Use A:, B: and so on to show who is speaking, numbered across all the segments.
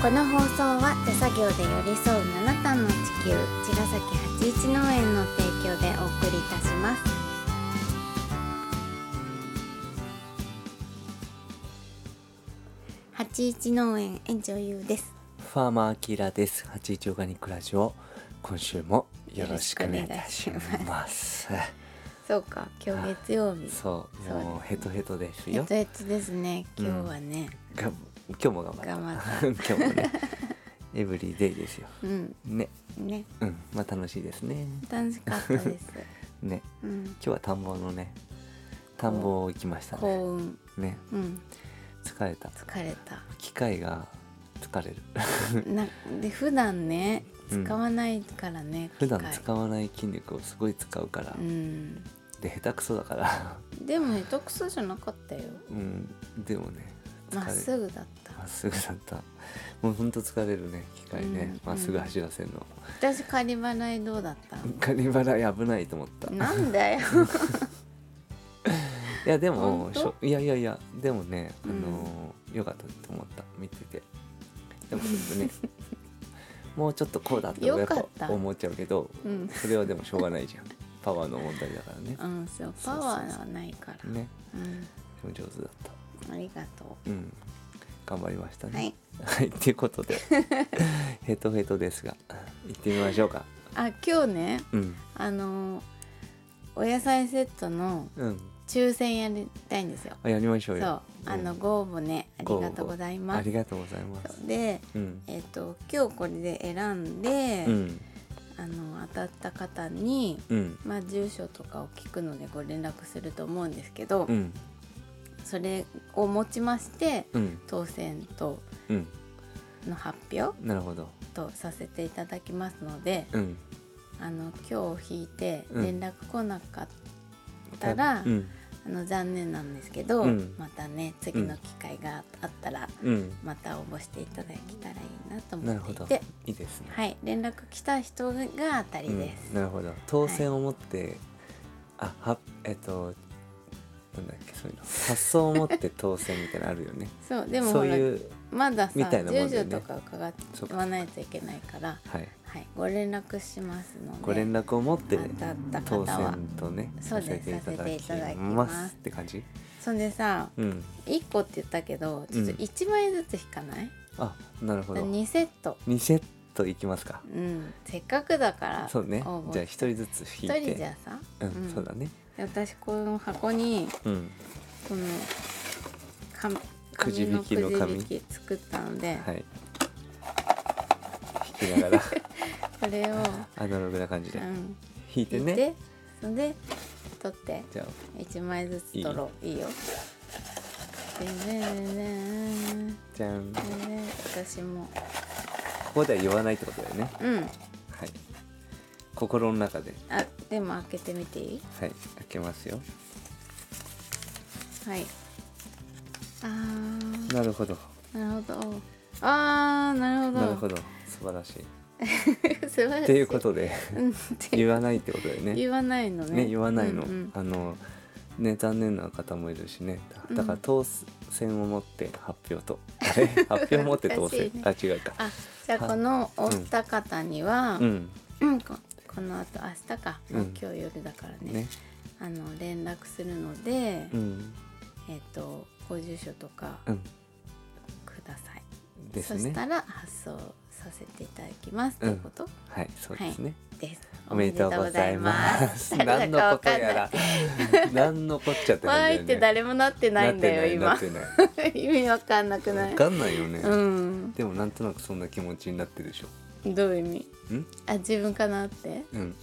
A: この放送は手作業で寄り添う七段の地球茅ヶ崎八一農園の提供でお送りいたします八一農園園長優です
B: ファーマーアキラです81オーガニックラジオ今週もよろしくお願いいたし
A: よろしくお願いし
B: ます
A: そうか今日月曜日
B: そう
A: そう
B: もうヘトヘトです
A: え
B: よ
A: っとえっとですね今日はね、
B: が今日も頑張った
A: 頑張っ
B: 今日もねエブリデイですよ
A: うん、
B: ね
A: ね
B: うんまあ楽しいですね
A: 楽しかったです、
B: ね
A: うん、
B: 今日は田んぼのね田んぼ行きましたね
A: 幸運
B: ね
A: うん
B: 疲れた
A: 疲れた
B: 機械が疲れる
A: なで普段ね
B: うん
A: 使わないからね、機
B: 普
A: 械
B: 段使わない筋肉をすごい使うから、
A: うん
B: で下手くそ だから、
A: でもね得数じゃなかったよ
B: うん、でもね疲れ
A: まっすぐだった
B: まっすぐだったもうほんと疲れるね機械
A: うんう
B: ね
A: ん
B: ま、っすぐ走らせるの、
A: 私仮払いどうだった
B: カニバラ危ないと思ったい
A: なんだ よ
B: やでも
A: 本
B: しょいやいやいやでもね、
A: うん
B: あのーよかったと思った見ててでもちょっと ねもうちょっとこうだってや
A: よ
B: っ
A: かった
B: ぱ思っちゃうけど
A: うん、
B: それはでもしょうがないじゃんパワーの問題だからね
A: うん、そうパワーはないからう
B: ね
A: ん
B: でも上手だった
A: ありがと
B: うん頑張りました
A: うは
B: ね
A: い
B: はいというこ とでヘトヘトですが行ってみましょうか
A: あ今日ね
B: うん
A: あのーお野菜セットの
B: うん
A: 抽選やりたいんですよ
B: あやりまし
A: そ
B: ょ
A: うう
B: よ
A: あのご応募ねありがとうございま
B: あ
A: す
B: りがとうございます
A: そうで
B: うん
A: えっ、と今日これで選んで、
B: うん
A: あの当たった方に、
B: うん
A: まあ、住所とかを聞くのでご連絡すると思うんですけど、
B: うん
A: それをもちまして
B: うん
A: 当選と
B: うん
A: の発表
B: なるほど
A: とさせていただきますので
B: うん
A: あの今日引いて
B: う
A: 連
B: ん
A: 絡来なかったら、
B: うん
A: あの残念なんですけど、
B: うん
A: またね次の機会があったら、
B: うん
A: また応募していただけたらいいなと
B: なる
A: 思っ
B: ほ
A: て
B: ど
A: いて。
B: いいですね
A: はい、連絡来た人が当たりです。
B: うんなるほど当選を持ってあはえっとなんだっけそういうの発想を持って当選みたいなのあるよね
A: そう、 でも
B: そ
A: ほ
B: う
A: ら
B: いう
A: まださ、
B: みたいなも
A: 住
B: んだ
A: 所と
B: よね
A: か伺ってわないといけないから、
B: はい
A: はい、ご連絡しますので、
B: ご連絡を持って
A: 当たった方
B: 当
A: は。
B: 選とね
A: そう
B: さ
A: で
B: せ
A: す
B: ていただき
A: させていただき
B: ま
A: ます
B: すって感じ
A: そんでさ、
B: うん
A: 1個って言ったけど、ちょっと
B: うん
A: 1枚ずつ引かない、
B: あなるほど
A: 2セット。
B: 2セットいきますか
A: うん、せっかくだから
B: そうね
A: 応募
B: じゃあ1人ずつ引いて
A: 一人じゃさ、
B: うん、
A: うん
B: そうだね
A: で私この箱に
B: うん
A: このか
B: くじ引きの紙
A: くじ引き作ったので、
B: はい引きな がら
A: これを、
B: アナログな感じ
A: う
B: で
A: ん、
B: 引いて
A: 引い
B: ね
A: て、それで取って。
B: じゃ
A: 一枚ずつ取ろういいよ。でね
B: あじゃんこ
A: でねでね私も
B: こでは言わないってことだよね
A: うん
B: はい心の中で
A: あでも開けてみていい
B: はい開けますよ
A: はいあー
B: なるほど
A: なるほどあーなるほど
B: なるほど素晴らしい
A: ど 素晴らしい
B: っていうことで
A: うんって
B: 言わないってことだよね
A: 言わないのね
B: ね言わないの、
A: うんうん
B: あのね残念な方もいるしねだだか
A: う
B: ら
A: ん
B: 当選を持って発表と、あ れ発表を持って当選、あ
A: 難
B: 違うか
A: あじゃあこのお二方には、
B: う
A: うん
B: ん
A: ここのあと明日か、
B: うん
A: 今日夜だからね
B: ね
A: あの連絡するので、
B: うん
A: えっ、とご住所とか
B: うん
A: ください、
B: です
A: そし
B: ね
A: たら発送させていただきますって
B: うん
A: こと
B: はいそうですね、
A: です、
B: おめでとうございます
A: 誰
B: 何の
A: だかわ
B: こと
A: かんない
B: やら何のこっちゃって
A: わ
B: 感
A: ー
B: じ
A: いっ
B: だ
A: て
B: よね
A: 誰もなってないんだよ
B: な
A: 今
B: ってないなっ
A: 意味わかんな
B: て
A: く
B: な
A: ないい
B: わかんないよね、
A: うん
B: でもなんとなくそんな気持ちになってるでしょ
A: どういう意味
B: うん
A: あ自分かなって
B: うん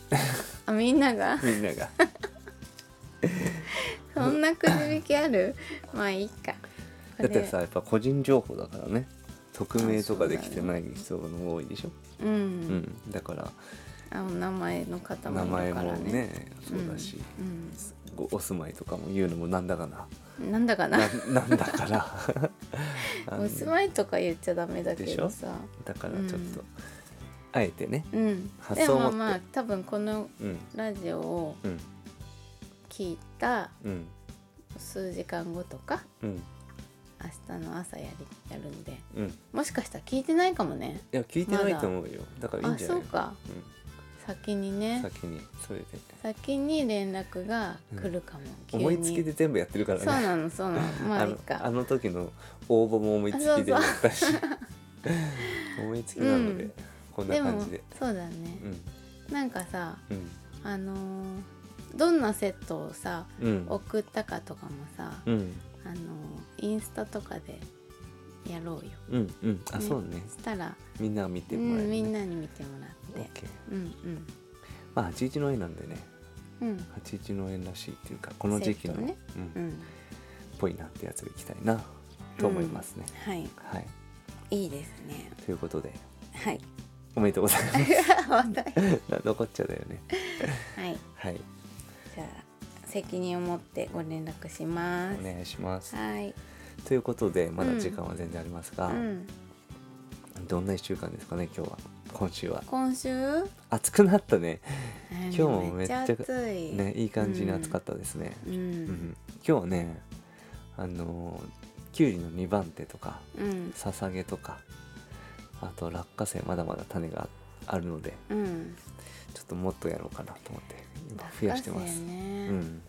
A: あみんなが
B: みんなが
A: そんなくじ引きあ るまあいいかこれ
B: だってさやっぱ個人情報だからね匿名とかできてない人の方が多いでしょ
A: うん、
B: う、ん、だから
A: あお名前の方
B: 名
A: もい
B: 前
A: るか
B: も
A: らね
B: ねそうだし、
A: うん
B: ごお住まいとかも言うのもなんだ かな
A: うん、なんだかな
B: ななんだからあの
A: お住まいとか言っちゃダメだけどさ
B: だからちょっと、
A: うん
B: あえてね
A: うん
B: 発
A: で
B: 想を持
A: も
B: って
A: まあ多分この
B: うん
A: ラジオを
B: うん
A: 聞いた
B: うん
A: 数時間後とか
B: うん
A: 明日の朝やりやるんで
B: うんい
A: もしかしたら聞いてないかもね
B: や聞いてないと思うよだからいいん
A: あ
B: じゃな
A: そ
B: いう
A: か先に
B: うん、
A: ね
B: 先にそれで
A: 先に連絡が来るかも、急に
B: 思いつきで全部やってるからね
A: そうなのそうなのまあ
B: あ
A: いい
B: の
A: か
B: あの時の応募も思いつきでやったし 思いつきなので、
A: うん
B: こんな
A: でも
B: 感じで
A: そうだね、なんかさ
B: うん
A: あのーどんなセットをさ
B: うんうん
A: 送ったかとかもさ、
B: うん
A: あのーインスタとかでやろうよ、
B: うんうんあ、そうね
A: したら、
B: みんな見て
A: う
B: もらえる、
A: ん、
B: ね
A: みんなに見てもらって
B: OK
A: うん
B: まあ81の絵なんでね
A: うんうん
B: 81の円らしいっていうかこの時期の、
A: セットね
B: うん
A: うん
B: ぽいなってやつをいきたいなと思いますね、
A: はい
B: はい
A: いいですね
B: ということで
A: はい
B: おめでとうございま
A: 話題
B: すな残っちゃだよね
A: はい
B: はい
A: じゃあ責任を持ってご連絡しま
B: お
A: す、
B: 願いします
A: はい
B: ということでまだ時間は全然ありますが、
A: うん
B: どんな1週間ですかね今日は今週は
A: 今週今
B: 暑くなったね今日もめっちゃ
A: めっちゃ暑い
B: ねいい感じに暑かったですね、
A: う
B: うん
A: ん
B: 今日はねあのーきゅうりの2番手とか
A: うん
B: ささげとかあと落花生まだまだ種があるので
A: うん
B: ちょっともっとやろうかなと思って今増やしてま
A: 落花
B: す、
A: 生ね
B: うん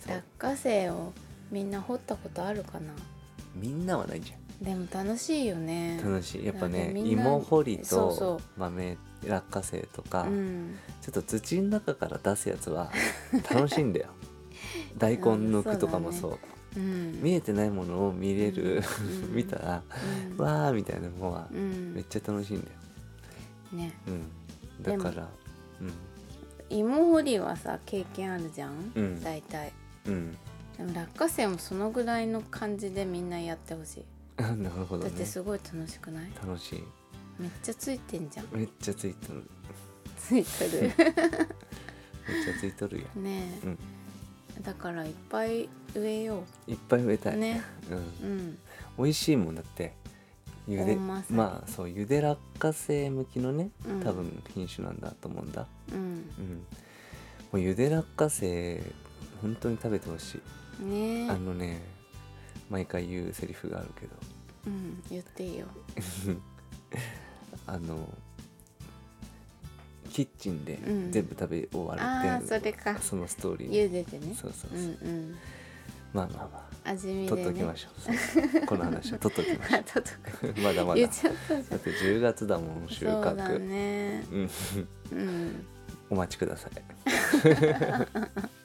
B: そう
A: 落花生をみんな掘ったことあるかな
B: みんなはないじ
A: でも楽しいよ
B: ゃ
A: ね
B: ん楽しいやっぱ
A: なん
B: ね
A: かみんな
B: 芋掘り
A: そうそ
B: と豆落花生とか、
A: うん
B: ちょっと土の中から出すやつは楽しい んだよ大根抜くとかもそ
A: う
B: う
A: ん
B: 見えてないものを見れる、
A: うん
B: 見たら、
A: うん
B: わーみたいなのは
A: うん
B: めっちゃ楽しいんだよ、
A: ね
B: うん、
A: で
B: だ
A: も
B: から
A: 芋掘りはさ経験あるじゃん、
B: うん
A: 大体
B: うん
A: でも落花生もそのぐらいの感じでみんなやってほしい
B: うんなるほど
A: だって
B: ね
A: すごい楽しくない
B: 楽しい
A: めっちゃついて んじゃん
B: めっちゃついとる
A: ついて る
B: めっちゃついとるよ、
A: ね
B: うん、
A: えだからいっぱい植えよ
B: いっぱい植えたい、
A: ね
B: うん
A: ううん
B: 美味しいもんだってゆで
A: おまさに
B: まあそうゆで落花生向きのね
A: うん
B: 多分品種なんだと思うんだ、
A: うん
B: うんもうゆで落花生本当に食べてほしい、
A: ねえ
B: あのね毎回言うセリフがあるけど
A: うん言っていいよ
B: あのキッチンで
A: うん
B: 全部食べ終わるって、
A: あーそれか
B: そのストーリー
A: 茹でてね
B: そうそうそうう、
A: んうん
B: まあまあま
A: 味
B: あ、
A: 見で
B: 取
A: ね
B: っときましょうそうそうこの話は取っと きましょ
A: あととか
B: う まだまだ
A: 言っ
B: だ
A: ちゃったじゃん
B: って10月だもん収穫
A: そうだね
B: うん
A: うん
B: お待ちくださ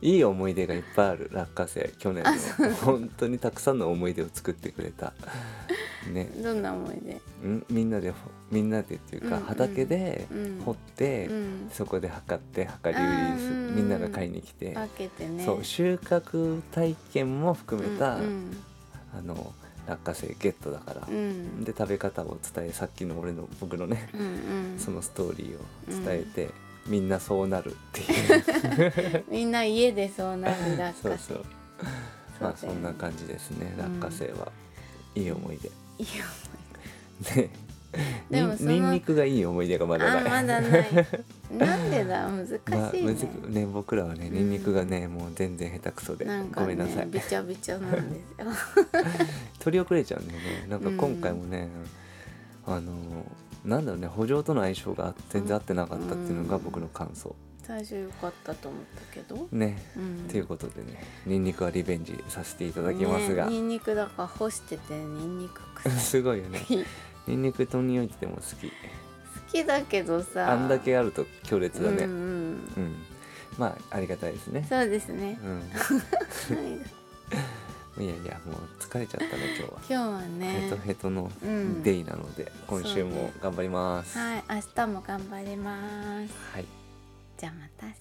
B: いいい思い出がいっぱいある落花生去年の本当にたくさんの思い出を作ってくれたね
A: どんな思い出
B: んみんなでほみんなでっていうか、
A: うんうん
B: 畑で
A: うん
B: 掘って、
A: うん
B: そこで測って測り売りす
A: あーうんうん
B: みんなが買いに来て、
A: 分けてね
B: そう収穫体験も含めた、
A: うん
B: あの落花生ゲットだから
A: う、ん
B: で食べ方を伝えさっきの俺の僕のね
A: うんうん
B: そのストーリーを伝えて、みんなそうなるって いう
A: みんな家でそうなる落
B: そう
A: 花
B: そ
A: 生そ
B: うまあそ
A: うんだよ
B: な
A: ね
B: 感じですね
A: う
B: 落
A: ん
B: 花生は、いい思い出
A: いい思い
B: ね
A: で
B: に
A: もその
B: にんにくがいい思い出がま
A: 出
B: だ
A: あ
B: な
A: ま
B: い
A: だない なんでだ難しい
B: まあ
A: ね
B: むずくね僕らはねにんにくがね、もう全然下手くそで、
A: なんか
B: ごめんなさ
A: ね
B: い
A: びちゃびちゃなんですよ
B: 取り遅れちゃうんだよねなんか今回もね、あのなんだろうね補助との相性が全然合ってなかったっていうのが
A: うん
B: 僕の感想
A: 最初良かったと思ったけど
B: ね、
A: うん
B: ということでねにんにくはリベンジさせていただきますが、
A: ね、ニンニクだから干しててニンニク臭い
B: すごいよね
A: 好
B: にんにくと匂いっても好き
A: きだけどさ
B: あんだけあると強烈だね
A: う
B: うんん、
A: うん、
B: まあありがたいですね
A: そうですね
B: うんいやいやもう疲れちゃったね今日
A: 今
B: は
A: 日は
B: ヘ
A: ね
B: トヘトの
A: うん
B: デイなので、今週
A: そう
B: も
A: ね
B: 頑張ります、
A: はい明日も頑張ります
B: はい
A: じゃあまた明日